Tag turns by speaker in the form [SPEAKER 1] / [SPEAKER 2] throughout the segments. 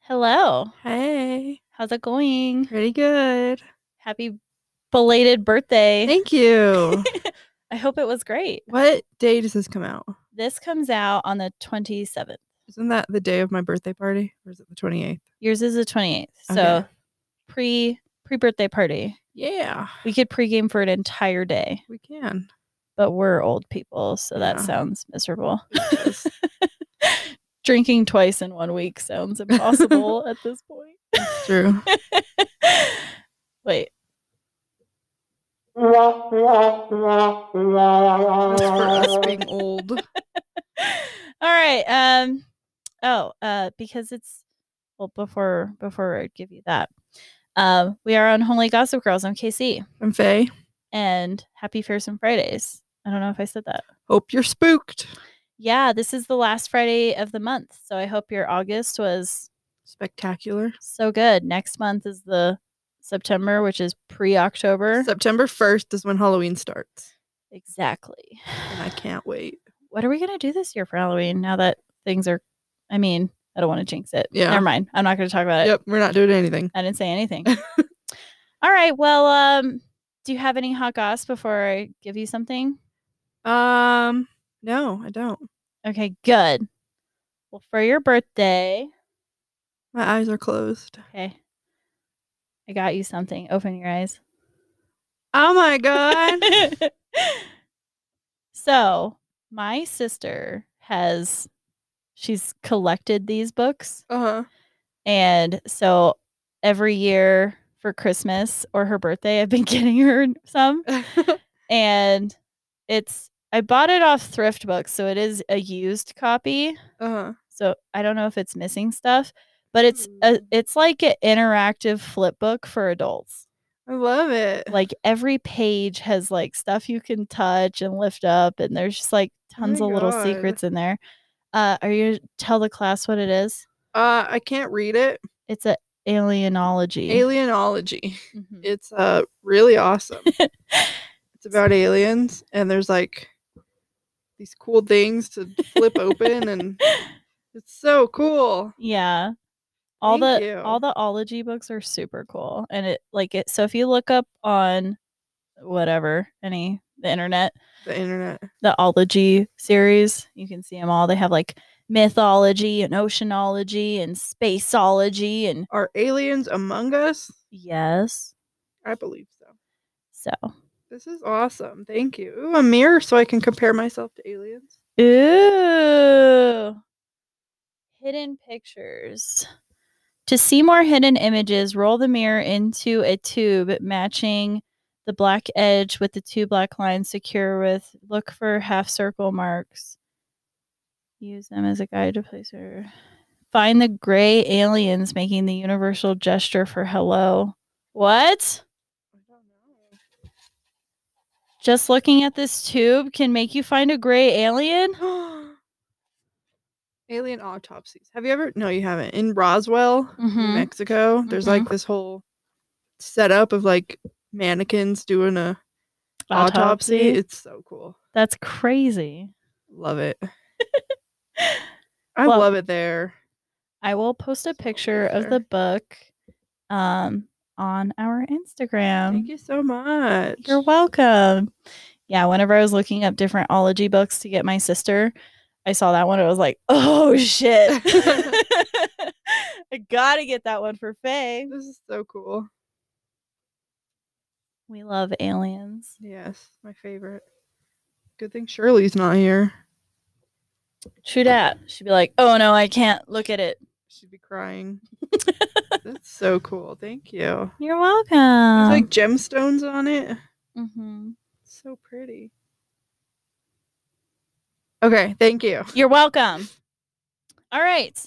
[SPEAKER 1] Hello.
[SPEAKER 2] Hey,
[SPEAKER 1] How's it going?
[SPEAKER 2] pretty good.
[SPEAKER 1] Happy belated birthday.
[SPEAKER 2] Thank you.
[SPEAKER 1] I hope it was great.
[SPEAKER 2] what day does this come out?
[SPEAKER 1] This comes out on the 27th.
[SPEAKER 2] Isn't that the day of my birthday party? Or is it the 28th?
[SPEAKER 1] Yours is the 28th. So
[SPEAKER 2] Okay.
[SPEAKER 1] pre pre birthday party.
[SPEAKER 2] Yeah,
[SPEAKER 1] We could pregame for an entire day,
[SPEAKER 2] we can.
[SPEAKER 1] but we're old people, so that
[SPEAKER 2] Yeah.
[SPEAKER 1] sounds miserable.
[SPEAKER 2] Yes.
[SPEAKER 1] Drinking twice in one week sounds impossible at this point.
[SPEAKER 2] It's true.
[SPEAKER 1] Wait.
[SPEAKER 2] That's for us being old.
[SPEAKER 1] All right. Um oh, uh because it's well before before I give you that. Um we are on Homely Gossip Girls. I'm KC
[SPEAKER 2] I'm Faye.
[SPEAKER 1] and Happy Fearsome Fridays. I don't know if I said that.
[SPEAKER 2] Hope you're spooked.
[SPEAKER 1] Yeah, this is the last Friday of the month. So I hope your August was
[SPEAKER 2] Spectacular.
[SPEAKER 1] so good. Next month is the September, which is pre-October.
[SPEAKER 2] September 1st is when Halloween starts.
[SPEAKER 1] exactly.
[SPEAKER 2] And I can't wait.
[SPEAKER 1] what are we gonna do this year for Halloween? Now that things are, I mean, I don't want to jinx it.
[SPEAKER 2] Yeah.
[SPEAKER 1] Never mind. I'm not gonna talk about it.
[SPEAKER 2] Yep, we're not doing anything.
[SPEAKER 1] I didn't say anything. All right. Well, um, do you have any hot goss before I give you something?
[SPEAKER 2] Um, no, I don't.
[SPEAKER 1] Okay, good. Well, for your birthday,
[SPEAKER 2] My eyes are closed.
[SPEAKER 1] okay, I got you something. Open your eyes.
[SPEAKER 2] Oh my god.
[SPEAKER 1] so, my sister has, she's collected these books.
[SPEAKER 2] uh-huh.
[SPEAKER 1] And so every year for Christmas or her birthday, I've been getting her some. And it's, I bought it off Thrift Books. So it is a used copy.
[SPEAKER 2] uh-huh.
[SPEAKER 1] So I don't know if it's missing stuff, but it's, a,
[SPEAKER 2] Mm.
[SPEAKER 1] it's like an interactive flip book for adults.
[SPEAKER 2] I love it.
[SPEAKER 1] Like every page has like stuff you can touch and lift up. And there's just like
[SPEAKER 2] Oh my
[SPEAKER 1] tons of little
[SPEAKER 2] God.
[SPEAKER 1] secrets in there. Uh, are you gonna tell the class what it is?
[SPEAKER 2] Uh, I can't read it.
[SPEAKER 1] It's a alienology.
[SPEAKER 2] Alienology.
[SPEAKER 1] Mhm.
[SPEAKER 2] It's uh really awesome. it's about aliens, and there's like these cool things to flip open, and it's so cool.
[SPEAKER 1] Yeah. All
[SPEAKER 2] Thank
[SPEAKER 1] the
[SPEAKER 2] you.
[SPEAKER 1] all the ology books are super cool. And it like it so if you look up on whatever, any the internet,
[SPEAKER 2] The internet.
[SPEAKER 1] the ology series, you can see them all. They have like mythology and oceanology and spaceology and
[SPEAKER 2] Are aliens among us?
[SPEAKER 1] yes.
[SPEAKER 2] I believe so.
[SPEAKER 1] So
[SPEAKER 2] This is awesome. Thank you. Ooh, a mirror so I can compare myself to aliens.
[SPEAKER 1] Ooh. Hidden pictures. To see more hidden images, roll the mirror into a tube matching the black edge with the two black lines secure with. Look for half circle marks. Use them as a guide to place her. Find the gray aliens making the universal gesture for hello. What?
[SPEAKER 2] I don't know.
[SPEAKER 1] Just looking at this tube can make you find a gray alien?
[SPEAKER 2] Alien autopsies. Have you ever? No, you haven't. In Roswell, New
[SPEAKER 1] Mhm.
[SPEAKER 2] Mexico, there's like this whole setup of like mannequins doing a autopsy. It's so cool.
[SPEAKER 1] That's crazy.
[SPEAKER 2] Love it. I
[SPEAKER 1] Well-
[SPEAKER 2] love it there.
[SPEAKER 1] I will post a
[SPEAKER 2] So
[SPEAKER 1] picture of
[SPEAKER 2] there.
[SPEAKER 1] the book um, on our
[SPEAKER 2] Thank
[SPEAKER 1] Instagram.
[SPEAKER 2] you so much.
[SPEAKER 1] You're welcome. Yeah, whenever I was looking up different ology books to get my sister, I saw that one. I was like, oh shit. I gotta get that one for Faye.
[SPEAKER 2] This is so cool.
[SPEAKER 1] We love aliens.
[SPEAKER 2] Yes, my favorite. Good thing Shirley's not here.
[SPEAKER 1] True dat. She'd be like, oh no, I can't look at it.
[SPEAKER 2] She'd be crying. That's so cool. Thank you.
[SPEAKER 1] You're
[SPEAKER 2] There's
[SPEAKER 1] welcome.
[SPEAKER 2] like gemstones on it.
[SPEAKER 1] hmm
[SPEAKER 2] So pretty. Okay, thank you.
[SPEAKER 1] You're welcome. All right.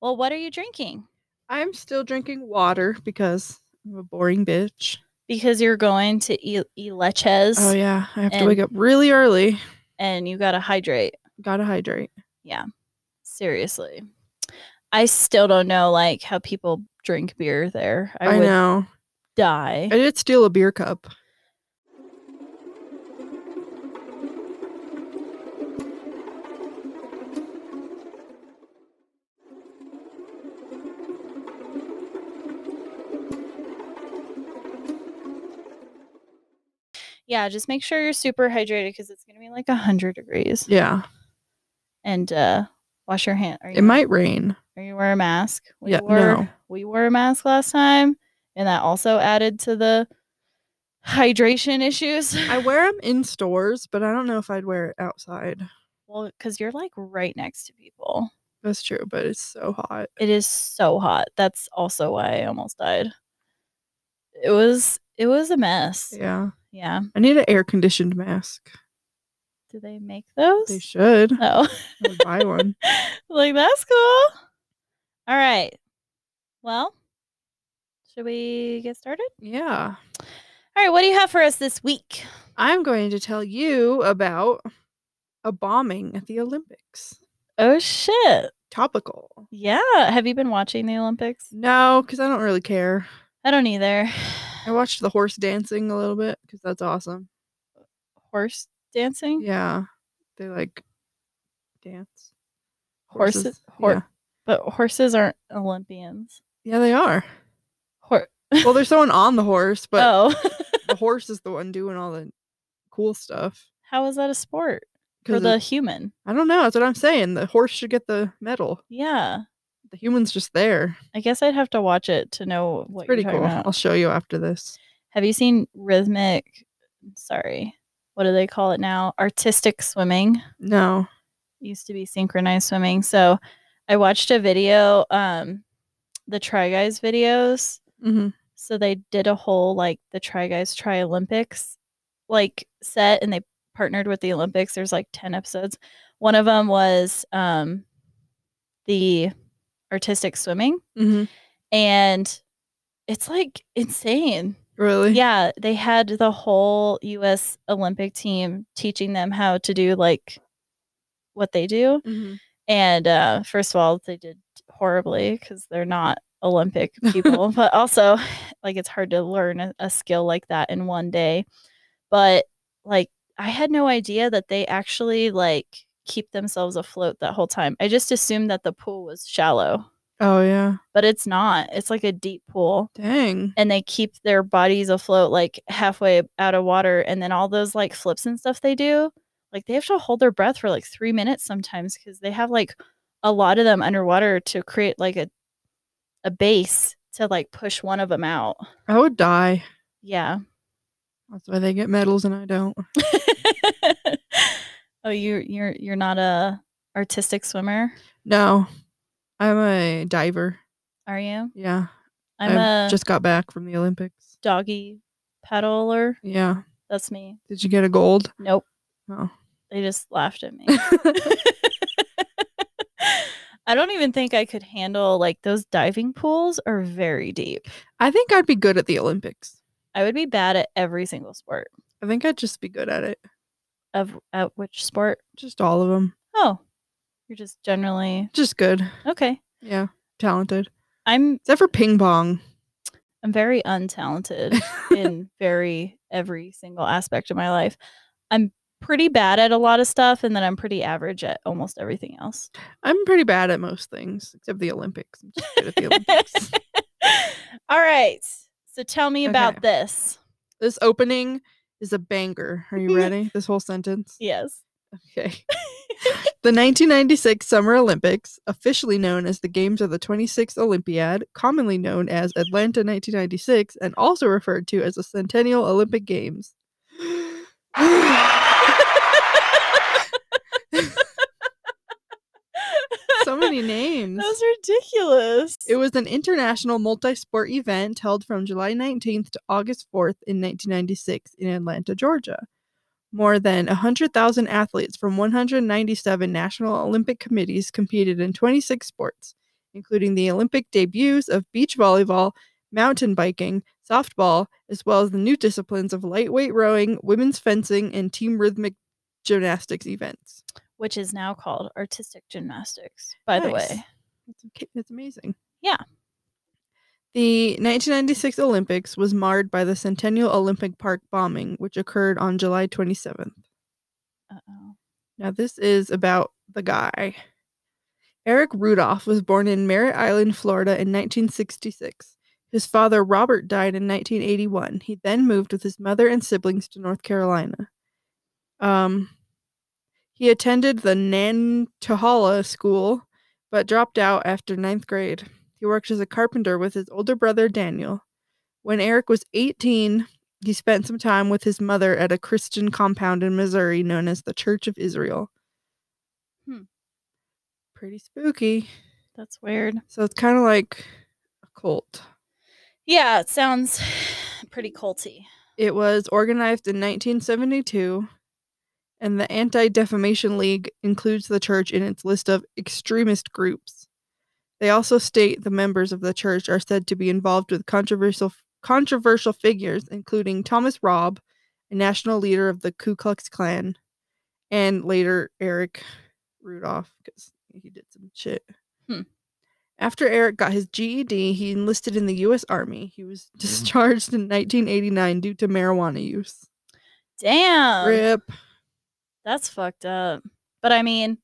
[SPEAKER 1] Well, what are you drinking?
[SPEAKER 2] I'm still drinking water because I'm a boring bitch.
[SPEAKER 1] because you're going to eat e- leches
[SPEAKER 2] Oh yeah, I have to
[SPEAKER 1] And-
[SPEAKER 2] wake up really early.
[SPEAKER 1] and you got to hydrate.
[SPEAKER 2] Gotta hydrate.
[SPEAKER 1] Seriously. I still don't know like how people drink beer there. I,
[SPEAKER 2] I,
[SPEAKER 1] would
[SPEAKER 2] know.
[SPEAKER 1] die.
[SPEAKER 2] I did steal a beer cup.
[SPEAKER 1] yeah, just make sure you're super hydrated because it's gonna be like hundred degrees.
[SPEAKER 2] Yeah.
[SPEAKER 1] And uh wash your hand. Are you
[SPEAKER 2] It might rain.
[SPEAKER 1] Or you wear a mask. We
[SPEAKER 2] yeah.
[SPEAKER 1] wore
[SPEAKER 2] No.
[SPEAKER 1] we wore a mask last time, and that also added to the hydration issues.
[SPEAKER 2] I wear them in stores, but I don't know if I'd wear it outside.
[SPEAKER 1] well, because you're like right next to people.
[SPEAKER 2] That's true, but it's so hot.
[SPEAKER 1] It is so hot. That's also why I almost died. It was it was a mess. Yeah.
[SPEAKER 2] Yeah. I need an air conditioned mask.
[SPEAKER 1] Do they make those?
[SPEAKER 2] They should.
[SPEAKER 1] no.
[SPEAKER 2] I would buy one.
[SPEAKER 1] like that's cool. All right. Well, should we get started?
[SPEAKER 2] Yeah.
[SPEAKER 1] All right, what do you have for us this week?
[SPEAKER 2] I'm going to tell you about a bombing at the Olympics.
[SPEAKER 1] Oh shit.
[SPEAKER 2] Topical.
[SPEAKER 1] Yeah. Have you been watching the Olympics?
[SPEAKER 2] No, because I don't really care.
[SPEAKER 1] I don't either.
[SPEAKER 2] I watched the horse dancing a little bit because that's awesome.
[SPEAKER 1] Horse dancing?
[SPEAKER 2] Yeah. They like dance.
[SPEAKER 1] Horses- hor-
[SPEAKER 2] yeah.
[SPEAKER 1] But horses aren't Olympians.
[SPEAKER 2] yeah, they are.
[SPEAKER 1] Hor-
[SPEAKER 2] Well, there's someone on the horse, but
[SPEAKER 1] oh.
[SPEAKER 2] the horse is the one doing all the cool stuff.
[SPEAKER 1] How is that a sport for
[SPEAKER 2] 'Cause
[SPEAKER 1] the
[SPEAKER 2] it-
[SPEAKER 1] human?
[SPEAKER 2] I don't know. That's what I'm saying. The horse should get the medal.
[SPEAKER 1] Yeah.
[SPEAKER 2] The human's just there.
[SPEAKER 1] I guess I'd have to watch it to know what
[SPEAKER 2] Pretty
[SPEAKER 1] you're
[SPEAKER 2] cool.
[SPEAKER 1] talking about.
[SPEAKER 2] I'll show you after this.
[SPEAKER 1] Have you seen rhythmic sorry. What do they call it now? Artistic swimming.
[SPEAKER 2] No.
[SPEAKER 1] used to be synchronized swimming. So I watched a video, um, the Try Guys videos.
[SPEAKER 2] hmm
[SPEAKER 1] So they did a whole like the Try Guys Try Olympics like set and they partnered with the Olympics. There's like 10 episodes. One of them was um, the artistic swimming
[SPEAKER 2] hmm
[SPEAKER 1] and it's like insane.
[SPEAKER 2] Really?
[SPEAKER 1] Yeah, they had the whole US Olympic team teaching them how to do like what they do.
[SPEAKER 2] hmm
[SPEAKER 1] And uh, first of all, they did horribly because they're not Olympic people, but also, like, it's hard to learn a, a skill like that in one day. But, like, I had no idea that they actually, like, keep themselves afloat that whole time. I just assumed that the pool was shallow,
[SPEAKER 2] Oh, yeah.
[SPEAKER 1] but it's not. It's like a deep pool
[SPEAKER 2] Dang.
[SPEAKER 1] and they keep their bodies afloat like halfway out of water and then all those like flips and stuff they do like they have to hold their breath for like three minutes sometimes because they have like a lot of them underwater to create like a a base to like push one of them out
[SPEAKER 2] I would die.
[SPEAKER 1] yeah
[SPEAKER 2] That's why they get medals and I don't.
[SPEAKER 1] oh you you're you're not a artistic swimmer
[SPEAKER 2] No. I'm a diver.
[SPEAKER 1] are you
[SPEAKER 2] Yeah.
[SPEAKER 1] i'm
[SPEAKER 2] I
[SPEAKER 1] a
[SPEAKER 2] just got back from the Olympics.
[SPEAKER 1] doggy paddler
[SPEAKER 2] Yeah.
[SPEAKER 1] that's me
[SPEAKER 2] Did you get a gold?
[SPEAKER 1] nope
[SPEAKER 2] Oh.
[SPEAKER 1] they just laughed at me
[SPEAKER 2] I
[SPEAKER 1] I don't even think I could handle like those diving pools are very deep.
[SPEAKER 2] think I'd be good at the Olympics.
[SPEAKER 1] I would be bad at every single sport.
[SPEAKER 2] I think I'd just be good at it.
[SPEAKER 1] Of at which sport?
[SPEAKER 2] Just all of them.
[SPEAKER 1] Oh, you're just generally
[SPEAKER 2] Just good.
[SPEAKER 1] okay.
[SPEAKER 2] Yeah. Talented.
[SPEAKER 1] I'm
[SPEAKER 2] Except for ping pong.
[SPEAKER 1] I'm very untalented in very every single aspect of my life. I'm pretty bad at a lot of stuff, and then I'm pretty average at almost everything else.
[SPEAKER 2] I'm pretty bad at most things except the Olympics. I'm just good at the Olympics.
[SPEAKER 1] All right. So tell me about
[SPEAKER 2] Okay.
[SPEAKER 1] this.
[SPEAKER 2] this opening is a banger. Are you ready? this whole sentence.
[SPEAKER 1] Yes.
[SPEAKER 2] Okay. the 1996 Summer Olympics, officially known as the Games of the 26th Olympiad, commonly known as Atlanta 1996, and also referred to as the Centennial Olympic Games. so many names.
[SPEAKER 1] That was ridiculous.
[SPEAKER 2] It was an international multi sport event held from July 19th to August 4th in 1996 in Atlanta, Georgia. More than 100,000 athletes from 197 national Olympic committees competed in 26 sports, including the Olympic debuts of beach volleyball, mountain biking, softball, as well as the new disciplines of lightweight rowing, women's fencing, and team rhythmic gymnastics events.
[SPEAKER 1] which is now called artistic gymnastics, by the
[SPEAKER 2] Nice.
[SPEAKER 1] way.
[SPEAKER 2] That's, okay. That's amazing.
[SPEAKER 1] Yeah.
[SPEAKER 2] The 1996 Olympics was marred by the Centennial Olympic Park bombing, which occurred on July 27th.
[SPEAKER 1] Uh-oh.
[SPEAKER 2] Now, this is about the guy. Eric Rudolph was born in Merritt Island, Florida in 1966. His father, Robert, died in 1981. He then moved with his mother and siblings to North Carolina. Um, he attended the Nantahala School, but dropped out after ninth grade. He worked as a carpenter with his older brother, Daniel. When Eric was 18, he spent some time with his mother at a Christian compound in Missouri known as the Church of Israel.
[SPEAKER 1] Hmm.
[SPEAKER 2] Pretty spooky.
[SPEAKER 1] That's weird.
[SPEAKER 2] So it's kind of like a cult.
[SPEAKER 1] Yeah, it sounds pretty culty.
[SPEAKER 2] It was organized in 1972, and the Anti Defamation League includes the church in its list of extremist groups. They also state the members of the church are said to be involved with controversial controversial figures, including Thomas Robb, a national leader of the Ku Klux Klan, and later Eric Rudolph, because he did some shit.
[SPEAKER 1] Hmm.
[SPEAKER 2] After Eric got his GED, he enlisted in the U.S. Army. He was discharged in 1989 due to marijuana use.
[SPEAKER 1] Damn.
[SPEAKER 2] Rip.
[SPEAKER 1] That's fucked up. But I mean,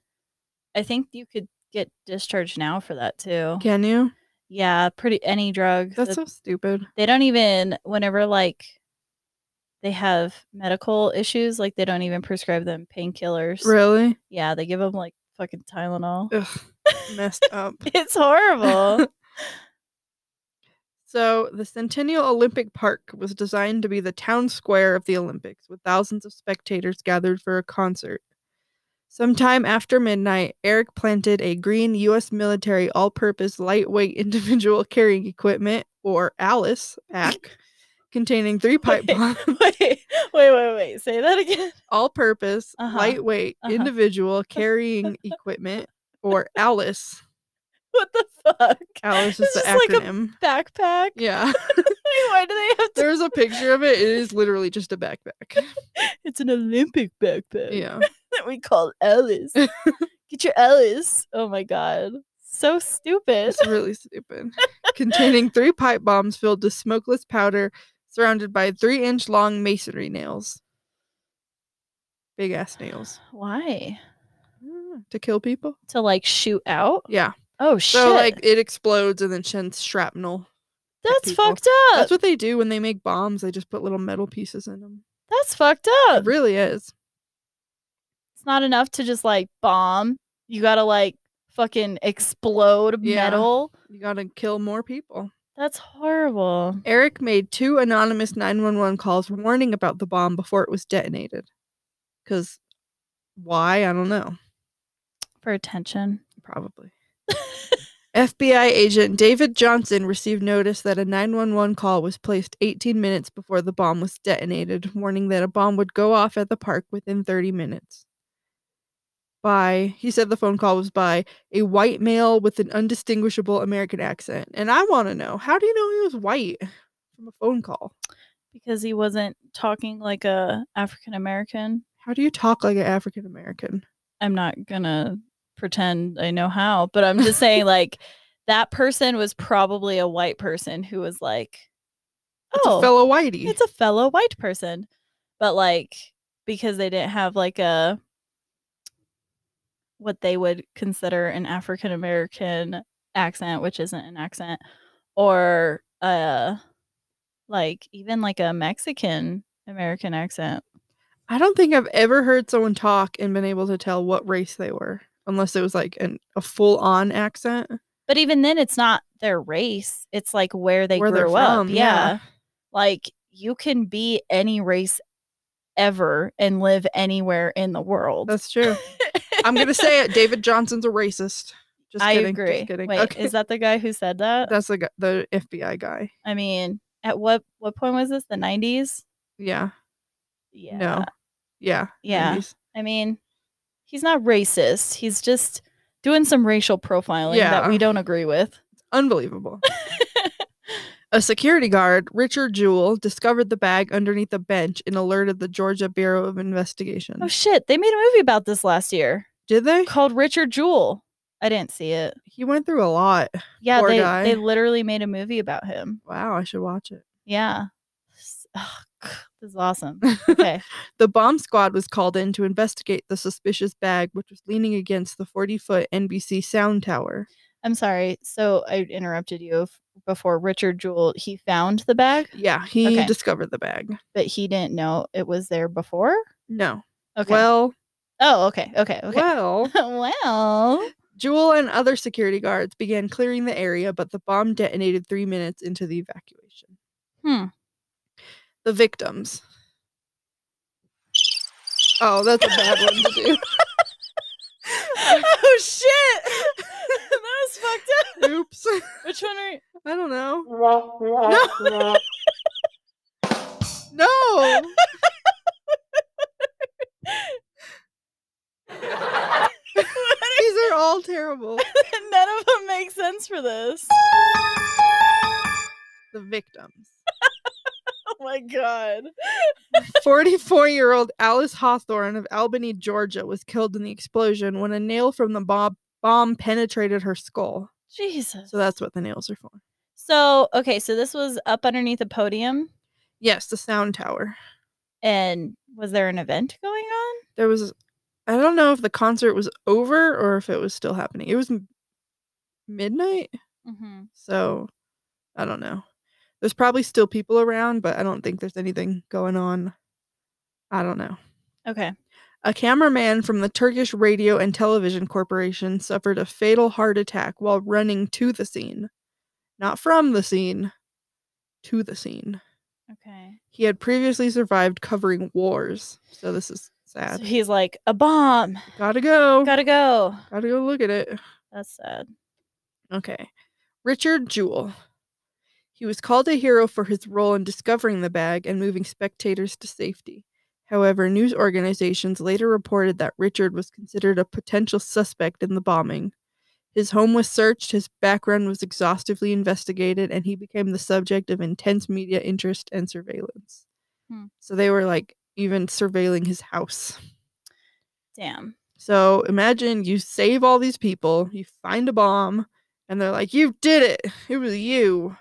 [SPEAKER 1] I think you could get discharged now for that too.
[SPEAKER 2] Can you?
[SPEAKER 1] Yeah, pretty any drug.
[SPEAKER 2] That's
[SPEAKER 1] that-
[SPEAKER 2] so stupid.
[SPEAKER 1] they don't even whenever like they have medical issues, like they don't even prescribe them painkillers.
[SPEAKER 2] Really?
[SPEAKER 1] Yeah, they give them like fucking Tylenol.
[SPEAKER 2] Ugh, messed up.
[SPEAKER 1] It's horrible.
[SPEAKER 2] So, the Centennial Olympic Park was designed to be the town square of the Olympics, with thousands of spectators gathered for a concert. Sometime after midnight, Eric planted a green U.S. military all purpose lightweight individual carrying equipment, or ALICE, pack, containing three pipe bombs.
[SPEAKER 1] wait, wait, wait, wait. Say that again.
[SPEAKER 2] all purpose
[SPEAKER 1] Uh-huh,
[SPEAKER 2] lightweight
[SPEAKER 1] uh-huh.
[SPEAKER 2] individual carrying equipment, or ALICE.
[SPEAKER 1] What the fuck?
[SPEAKER 2] ALICE is
[SPEAKER 1] It's
[SPEAKER 2] the
[SPEAKER 1] just like a
[SPEAKER 2] acronym.
[SPEAKER 1] backpack.
[SPEAKER 2] yeah.
[SPEAKER 1] Why do they have to?
[SPEAKER 2] There's a picture of it. It is literally just a backpack.
[SPEAKER 1] It's an Olympic backpack.
[SPEAKER 2] Yeah.
[SPEAKER 1] that we call Alice. Get your Alice. Oh my god. So stupid.
[SPEAKER 2] It's really stupid. Containing three pipe bombs filled with smokeless powder, surrounded by three inch long masonry nails. Big ass nails.
[SPEAKER 1] Why?
[SPEAKER 2] Mm, To kill people?
[SPEAKER 1] To like shoot out?
[SPEAKER 2] Yeah.
[SPEAKER 1] Oh shit.
[SPEAKER 2] So, like, it explodes and then sends shrapnel.
[SPEAKER 1] That's
[SPEAKER 2] people-
[SPEAKER 1] fucked up.
[SPEAKER 2] That's
[SPEAKER 1] That's,
[SPEAKER 2] what they do when they make bombs. They just put little metal pieces in them.
[SPEAKER 1] fucked
[SPEAKER 2] It
[SPEAKER 1] up.
[SPEAKER 2] really is.
[SPEAKER 1] It's not enough to just like bomb. You gotta like fucking explode
[SPEAKER 2] Yeah.
[SPEAKER 1] metal.
[SPEAKER 2] You gotta kill more people.
[SPEAKER 1] That's horrible.
[SPEAKER 2] Eric made two anonymous 911 calls warning about the bomb before it was detonated. Because why? I don't know.
[SPEAKER 1] For attention.
[SPEAKER 2] Probably. FBI agent David Johnson received notice that a 911 call was placed 18 minutes before the bomb was detonated, warning that a bomb would go off at the park within 30 minutes. By, he said the phone call was by a white male with an undistinguishable American accent. And I want to know, how do you know he was white from a phone call?
[SPEAKER 1] Because he wasn't talking like a African American.
[SPEAKER 2] How do you talk like an African American?
[SPEAKER 1] I'm not gonna pretend I know how, but I'm just saying like that person was probably a white person who was like,
[SPEAKER 2] It's
[SPEAKER 1] oh,
[SPEAKER 2] a fellow whitey.
[SPEAKER 1] it's a fellow white person, but like because they didn't have like a what they would consider an African American accent, which isn't an accent, or uh like even like a Mexican American accent.
[SPEAKER 2] I don't think I've ever heard someone talk and been able to tell what race they were, unless it was like an, a full on accent.
[SPEAKER 1] But even then, it's not their race. It's like where they
[SPEAKER 2] where they're
[SPEAKER 1] grew up.
[SPEAKER 2] from.
[SPEAKER 1] Yeah. Like you can be any race ever and live anywhere in the world.
[SPEAKER 2] that's true. I'm gonna say it. David Johnson's a racist. Just
[SPEAKER 1] I
[SPEAKER 2] kidding.
[SPEAKER 1] agree.
[SPEAKER 2] Just kidding.
[SPEAKER 1] Wait,
[SPEAKER 2] okay.
[SPEAKER 1] is that the guy who said that?
[SPEAKER 2] that's the gu- the FBI guy.
[SPEAKER 1] I mean, at what what point was this? The nineties?
[SPEAKER 2] Yeah.
[SPEAKER 1] Yeah.
[SPEAKER 2] No. Yeah.
[SPEAKER 1] Yeah.
[SPEAKER 2] 90s.
[SPEAKER 1] I mean, he's not racist. He's just doing some racial profiling that we
[SPEAKER 2] Yeah.
[SPEAKER 1] don't agree with.
[SPEAKER 2] Unbelievable. a security guard, Richard Jewell, discovered the bag underneath a bench and alerted the Georgia Bureau of Investigation.
[SPEAKER 1] Oh shit! They made a movie about this last year
[SPEAKER 2] Did they?
[SPEAKER 1] called Richard Jewell. I didn't see it.
[SPEAKER 2] He went through a lot.
[SPEAKER 1] Yeah,
[SPEAKER 2] Poor
[SPEAKER 1] they,
[SPEAKER 2] guy.
[SPEAKER 1] they literally made a movie about him.
[SPEAKER 2] Wow, I should watch it.
[SPEAKER 1] Yeah. S- ugh, this is awesome. Okay.
[SPEAKER 2] The bomb squad was called in to investigate the suspicious bag, which was leaning against the 40 foot NBC sound tower.
[SPEAKER 1] I'm sorry. So I interrupted you. F- before Richard Jewell, he found the bag,
[SPEAKER 2] Yeah, he
[SPEAKER 1] Okay.
[SPEAKER 2] discovered the bag.
[SPEAKER 1] but he didn't know it was there before.
[SPEAKER 2] No.
[SPEAKER 1] Okay.
[SPEAKER 2] Well,
[SPEAKER 1] oh, okay, okay, okay.
[SPEAKER 2] well,
[SPEAKER 1] well,
[SPEAKER 2] Jewel and other security guards began clearing the area, but the bomb detonated three minutes into the evacuation.
[SPEAKER 1] Hmm.
[SPEAKER 2] The victims. Oh, that's a bad one to do.
[SPEAKER 1] oh shit! that was fucked up.
[SPEAKER 2] Oops.
[SPEAKER 1] Which one are you?
[SPEAKER 2] I don't know.
[SPEAKER 3] No.
[SPEAKER 2] No. These are all terrible.
[SPEAKER 1] None of them make sense for this.
[SPEAKER 2] The victims.
[SPEAKER 1] Oh my god.
[SPEAKER 2] 44 year old Alice Hawthorne of Albany, Georgia, was killed in the explosion when a nail from the bomb bomb penetrated her skull.
[SPEAKER 1] Jesus.
[SPEAKER 2] So that's what the nails are for.
[SPEAKER 1] So, okay, so this was up underneath a podium,
[SPEAKER 2] Yes, the sound tower.
[SPEAKER 1] and was there an event going on?
[SPEAKER 2] There was, I don't know if the concert was over or if it was still happening. It was m- midnight,
[SPEAKER 1] Mm-hmm.
[SPEAKER 2] so I don't know. There's probably still people around, but I don't think there's anything going on. I don't know.
[SPEAKER 1] Okay.
[SPEAKER 2] A cameraman from the Turkish Radio and Television Corporation suffered a fatal heart attack while running to the scene. Not from the scene, to the scene.
[SPEAKER 1] Okay.
[SPEAKER 2] He had previously survived covering wars, so this is
[SPEAKER 1] So
[SPEAKER 2] sad. Oh.
[SPEAKER 1] he's like, a bomb.
[SPEAKER 2] Gotta go.
[SPEAKER 1] Gotta go.
[SPEAKER 2] Gotta go look at it.
[SPEAKER 1] That's sad.
[SPEAKER 2] Okay. Richard Jewell. He was called a hero for his role in discovering the bag and moving spectators to safety. However, news organizations later reported that Richard was considered a potential suspect in the bombing. His home was searched, his background was exhaustively investigated, and he became the subject of intense media interest and surveillance.
[SPEAKER 1] Hmm.
[SPEAKER 2] So they were like even surveilling his house.
[SPEAKER 1] Damn.
[SPEAKER 2] So imagine you save all these people, you find a bomb, and they're like, You did it. It was you.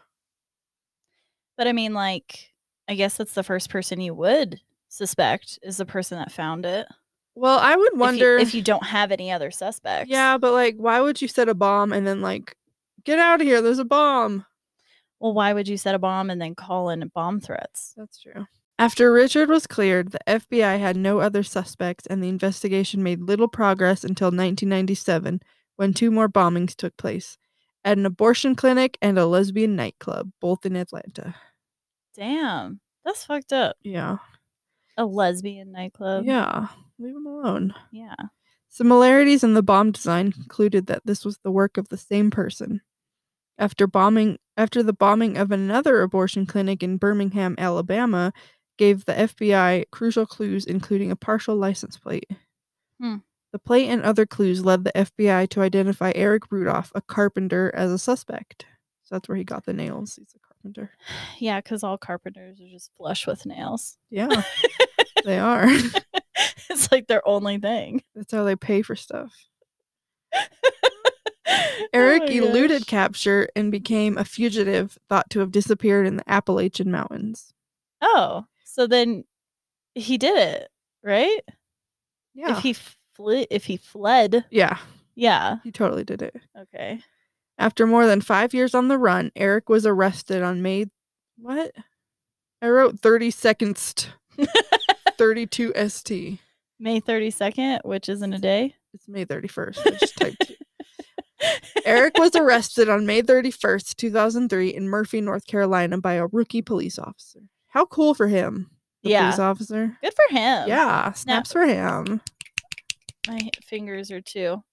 [SPEAKER 1] But I mean, like, I guess that's the first person you would suspect is the person that found it.
[SPEAKER 2] Well, I would
[SPEAKER 1] If you-
[SPEAKER 2] wonder
[SPEAKER 1] if you, don't have any other suspects.
[SPEAKER 2] Yeah, but like, why would you set a bomb and then like get out of here? There's a bomb.
[SPEAKER 1] Well, why would you set a bomb and then call in bomb threats?
[SPEAKER 2] That's true. After Richard was cleared, the FBI had no other suspects, and the investigation made little progress until 1997 when two more bombings took place at an abortion clinic and a lesbian nightclub, both in Atlanta.
[SPEAKER 1] Damn. That's fucked up.
[SPEAKER 2] Yeah.
[SPEAKER 1] A lesbian nightclub.
[SPEAKER 2] Yeah. Leave them alone.
[SPEAKER 1] Yeah.
[SPEAKER 2] Similarities in the bomb design concluded that this was the work of the same person. After bombing after the bombing of another abortion clinic in Birmingham, Alabama, gave the FBI crucial clues including a partial license plate.
[SPEAKER 1] Hmm.
[SPEAKER 2] The plate and other clues led the FBI to identify Eric Rudolph, a carpenter, as a suspect. So that's where he got the nails. He's a carpenter.
[SPEAKER 1] Yeah, because all carpenters are just flush with nails.
[SPEAKER 2] Yeah. they are.
[SPEAKER 1] it's like their only thing.
[SPEAKER 2] That's how they pay for stuff.
[SPEAKER 1] Oh
[SPEAKER 2] Eric
[SPEAKER 1] my
[SPEAKER 2] eluded
[SPEAKER 1] gosh.
[SPEAKER 2] capture and became a fugitive thought to have disappeared in the Appalachian Mountains.
[SPEAKER 1] Oh, so then he did it, right?
[SPEAKER 2] Yeah.
[SPEAKER 1] If he fle- if he fled,
[SPEAKER 2] yeah,
[SPEAKER 1] yeah.
[SPEAKER 2] he totally did it.
[SPEAKER 1] Okay.
[SPEAKER 2] After more than five years on the run, Eric was arrested on May. What? I wrote 30 seconds, 32 ST.
[SPEAKER 1] May thirty second, which isn't a day.
[SPEAKER 2] It's May 31st. I just typed it. Eric was arrested on May 31st, 2003, in Murphy, North Carolina, by a rookie police officer. How cool for him, the
[SPEAKER 1] Yeah.
[SPEAKER 2] police officer.
[SPEAKER 1] Good for him.
[SPEAKER 2] Yeah, snaps for him.
[SPEAKER 1] My fingers are too.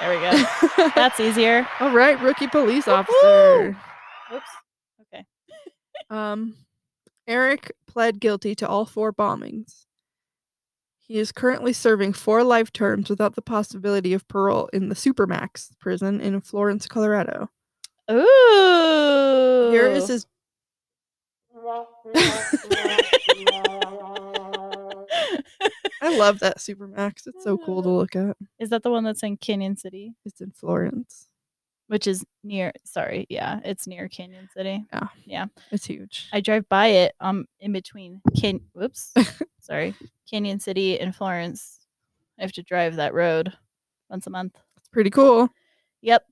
[SPEAKER 1] There we go. That's easier.
[SPEAKER 2] All right, rookie police
[SPEAKER 1] Woohoo!
[SPEAKER 2] officer.
[SPEAKER 1] Oops. Okay.
[SPEAKER 2] Um, Eric pled guilty to all four bombings. He is currently serving four life terms without the possibility of parole in the Supermax prison in Florence, Colorado.
[SPEAKER 1] Ooh.
[SPEAKER 2] Here is his I love that Supermax. It's so cool to look at.
[SPEAKER 1] Is that the one that's in Canyon City?
[SPEAKER 2] It's in Florence.
[SPEAKER 1] Which is near sorry, yeah, it's near Canyon City.
[SPEAKER 2] It's huge.
[SPEAKER 1] I drive by it um in between Can whoops. sorry. Canyon City and Florence. I have to drive that road once a month.
[SPEAKER 2] It's pretty cool.
[SPEAKER 1] Yep.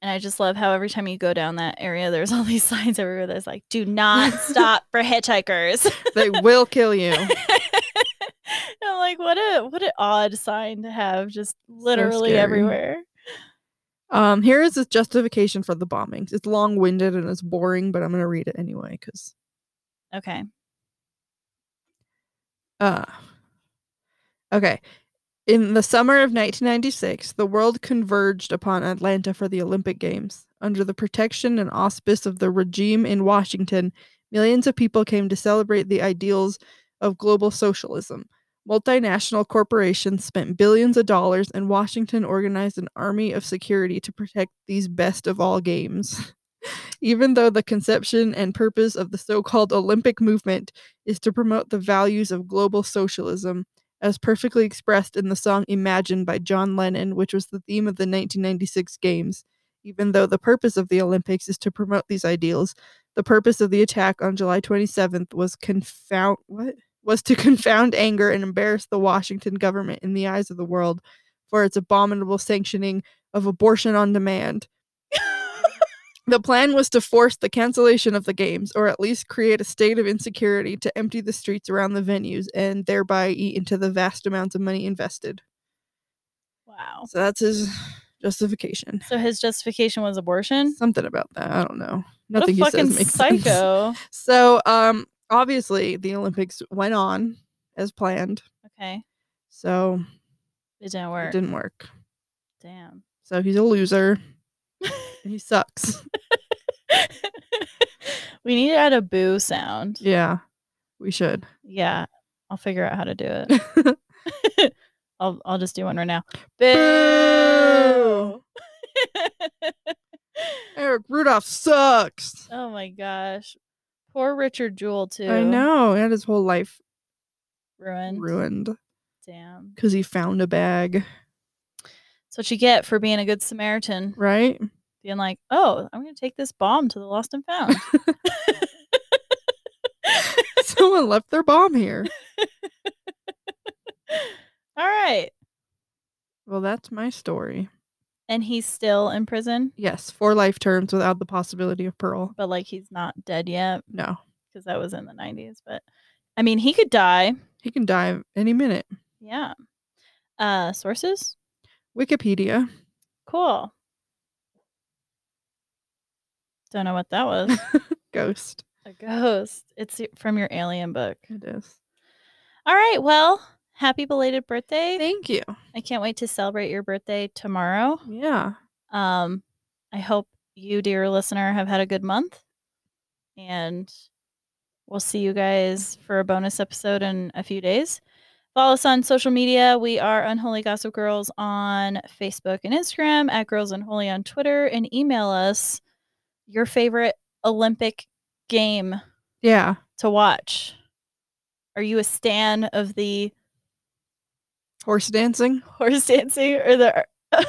[SPEAKER 1] And I just love how every time you go down that area, there's all these signs everywhere that's like, do not stop for hitchhikers.
[SPEAKER 2] They will kill you.
[SPEAKER 1] And I'm like, what a what an odd sign to have just literally
[SPEAKER 2] scary.
[SPEAKER 1] everywhere.
[SPEAKER 2] Um, here is the justification for the bombings. It's long winded and it's boring, but I'm going to read it anyway because
[SPEAKER 1] Okay.
[SPEAKER 2] Uh, okay. In the summer of 1996, the world converged upon Atlanta for the Olympic Games. Under the protection and auspice of the regime in Washington, millions of people came to celebrate the ideals of global socialism. Multinational corporations spent billions of dollars, and Washington organized an army of security to protect these best of all games. Even though the conception and purpose of the so called Olympic movement is to promote the values of global socialism, as perfectly expressed in the song Imagine by John Lennon, which was the theme of the 1996 Games. Even though the purpose of the Olympics is to promote these ideals, the purpose of the attack on July 27th was confound what was to confound anger and embarrass the Washington government in the eyes of the world for its abominable sanctioning of abortion on demand. The plan was to force the cancellation of the games, or at least create a state of insecurity to empty the streets around the venues and thereby eat into the vast amounts of money invested.
[SPEAKER 1] Wow.
[SPEAKER 2] So that's his justification.
[SPEAKER 1] So his justification was abortion.
[SPEAKER 2] Something about that. I don't know.
[SPEAKER 1] What a
[SPEAKER 2] Nothing he
[SPEAKER 1] fucking
[SPEAKER 2] says makes sense.
[SPEAKER 1] psycho.
[SPEAKER 2] So, um, obviously the Olympics went on as planned.
[SPEAKER 1] Okay.
[SPEAKER 2] So
[SPEAKER 1] It didn't work.
[SPEAKER 2] it didn't work.
[SPEAKER 1] Damn.
[SPEAKER 2] So he's a loser. and he sucks.
[SPEAKER 1] we need to add a boo sound.
[SPEAKER 2] Yeah, we should.
[SPEAKER 1] Yeah. I'll figure out how to do it. I'll I'll just do one right now. Boo!
[SPEAKER 2] Boo! Eric Rudolph sucks.
[SPEAKER 1] oh my gosh. Poor Richard Jewell too.
[SPEAKER 2] I know. He had his whole life
[SPEAKER 1] Ruined.
[SPEAKER 2] ruined
[SPEAKER 1] Damn.
[SPEAKER 2] because he found a bag,
[SPEAKER 1] That's what you get for being a good Samaritan.
[SPEAKER 2] right?
[SPEAKER 1] Being like, oh, I'm gonna take this bomb to the lost and found.
[SPEAKER 2] Someone left their bomb here.
[SPEAKER 1] All right.
[SPEAKER 2] Well, that's my story.
[SPEAKER 1] And he's still in prison,
[SPEAKER 2] Yes, four life terms without the possibility of parole.
[SPEAKER 1] but like he's not dead yet
[SPEAKER 2] No,
[SPEAKER 1] because that was in the 90s. But I mean, he could die.
[SPEAKER 2] he can die any minute.
[SPEAKER 1] Yeah. Uh, sources?
[SPEAKER 2] Wikipedia.
[SPEAKER 1] Cool. Don't know what that was.
[SPEAKER 2] Ghost.
[SPEAKER 1] a ghost. It's y- from your alien book.
[SPEAKER 2] It is.
[SPEAKER 1] All right. Well, happy belated birthday.
[SPEAKER 2] Thank you.
[SPEAKER 1] I can't wait to celebrate your birthday tomorrow.
[SPEAKER 2] Yeah.
[SPEAKER 1] Um, I hope you, dear listener, have had a good month. And we'll see you guys for a bonus episode in a few days. Follow us on social media. We are Unholy Gossip Girls on Facebook and Instagram, at Girls Unholy on Twitter, and email us your favorite Olympic game
[SPEAKER 2] Yeah.
[SPEAKER 1] to watch. Are you a stan of the
[SPEAKER 2] Horse dancing,
[SPEAKER 1] horse dancing or the ar-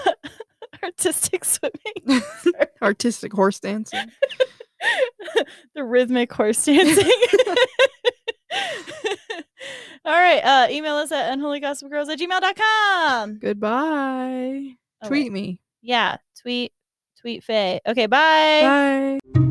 [SPEAKER 1] artistic swimming? Sorry.
[SPEAKER 2] artistic horse dancing.
[SPEAKER 1] the rhythmic horse dancing. All right. Uh, email us at unholygossipgirls at gmail.com.
[SPEAKER 2] Goodbye.
[SPEAKER 1] Oh, wait.
[SPEAKER 2] Tweet me.
[SPEAKER 1] Yeah. Tweet, tweet Faye. Okay. Bye.
[SPEAKER 2] Bye.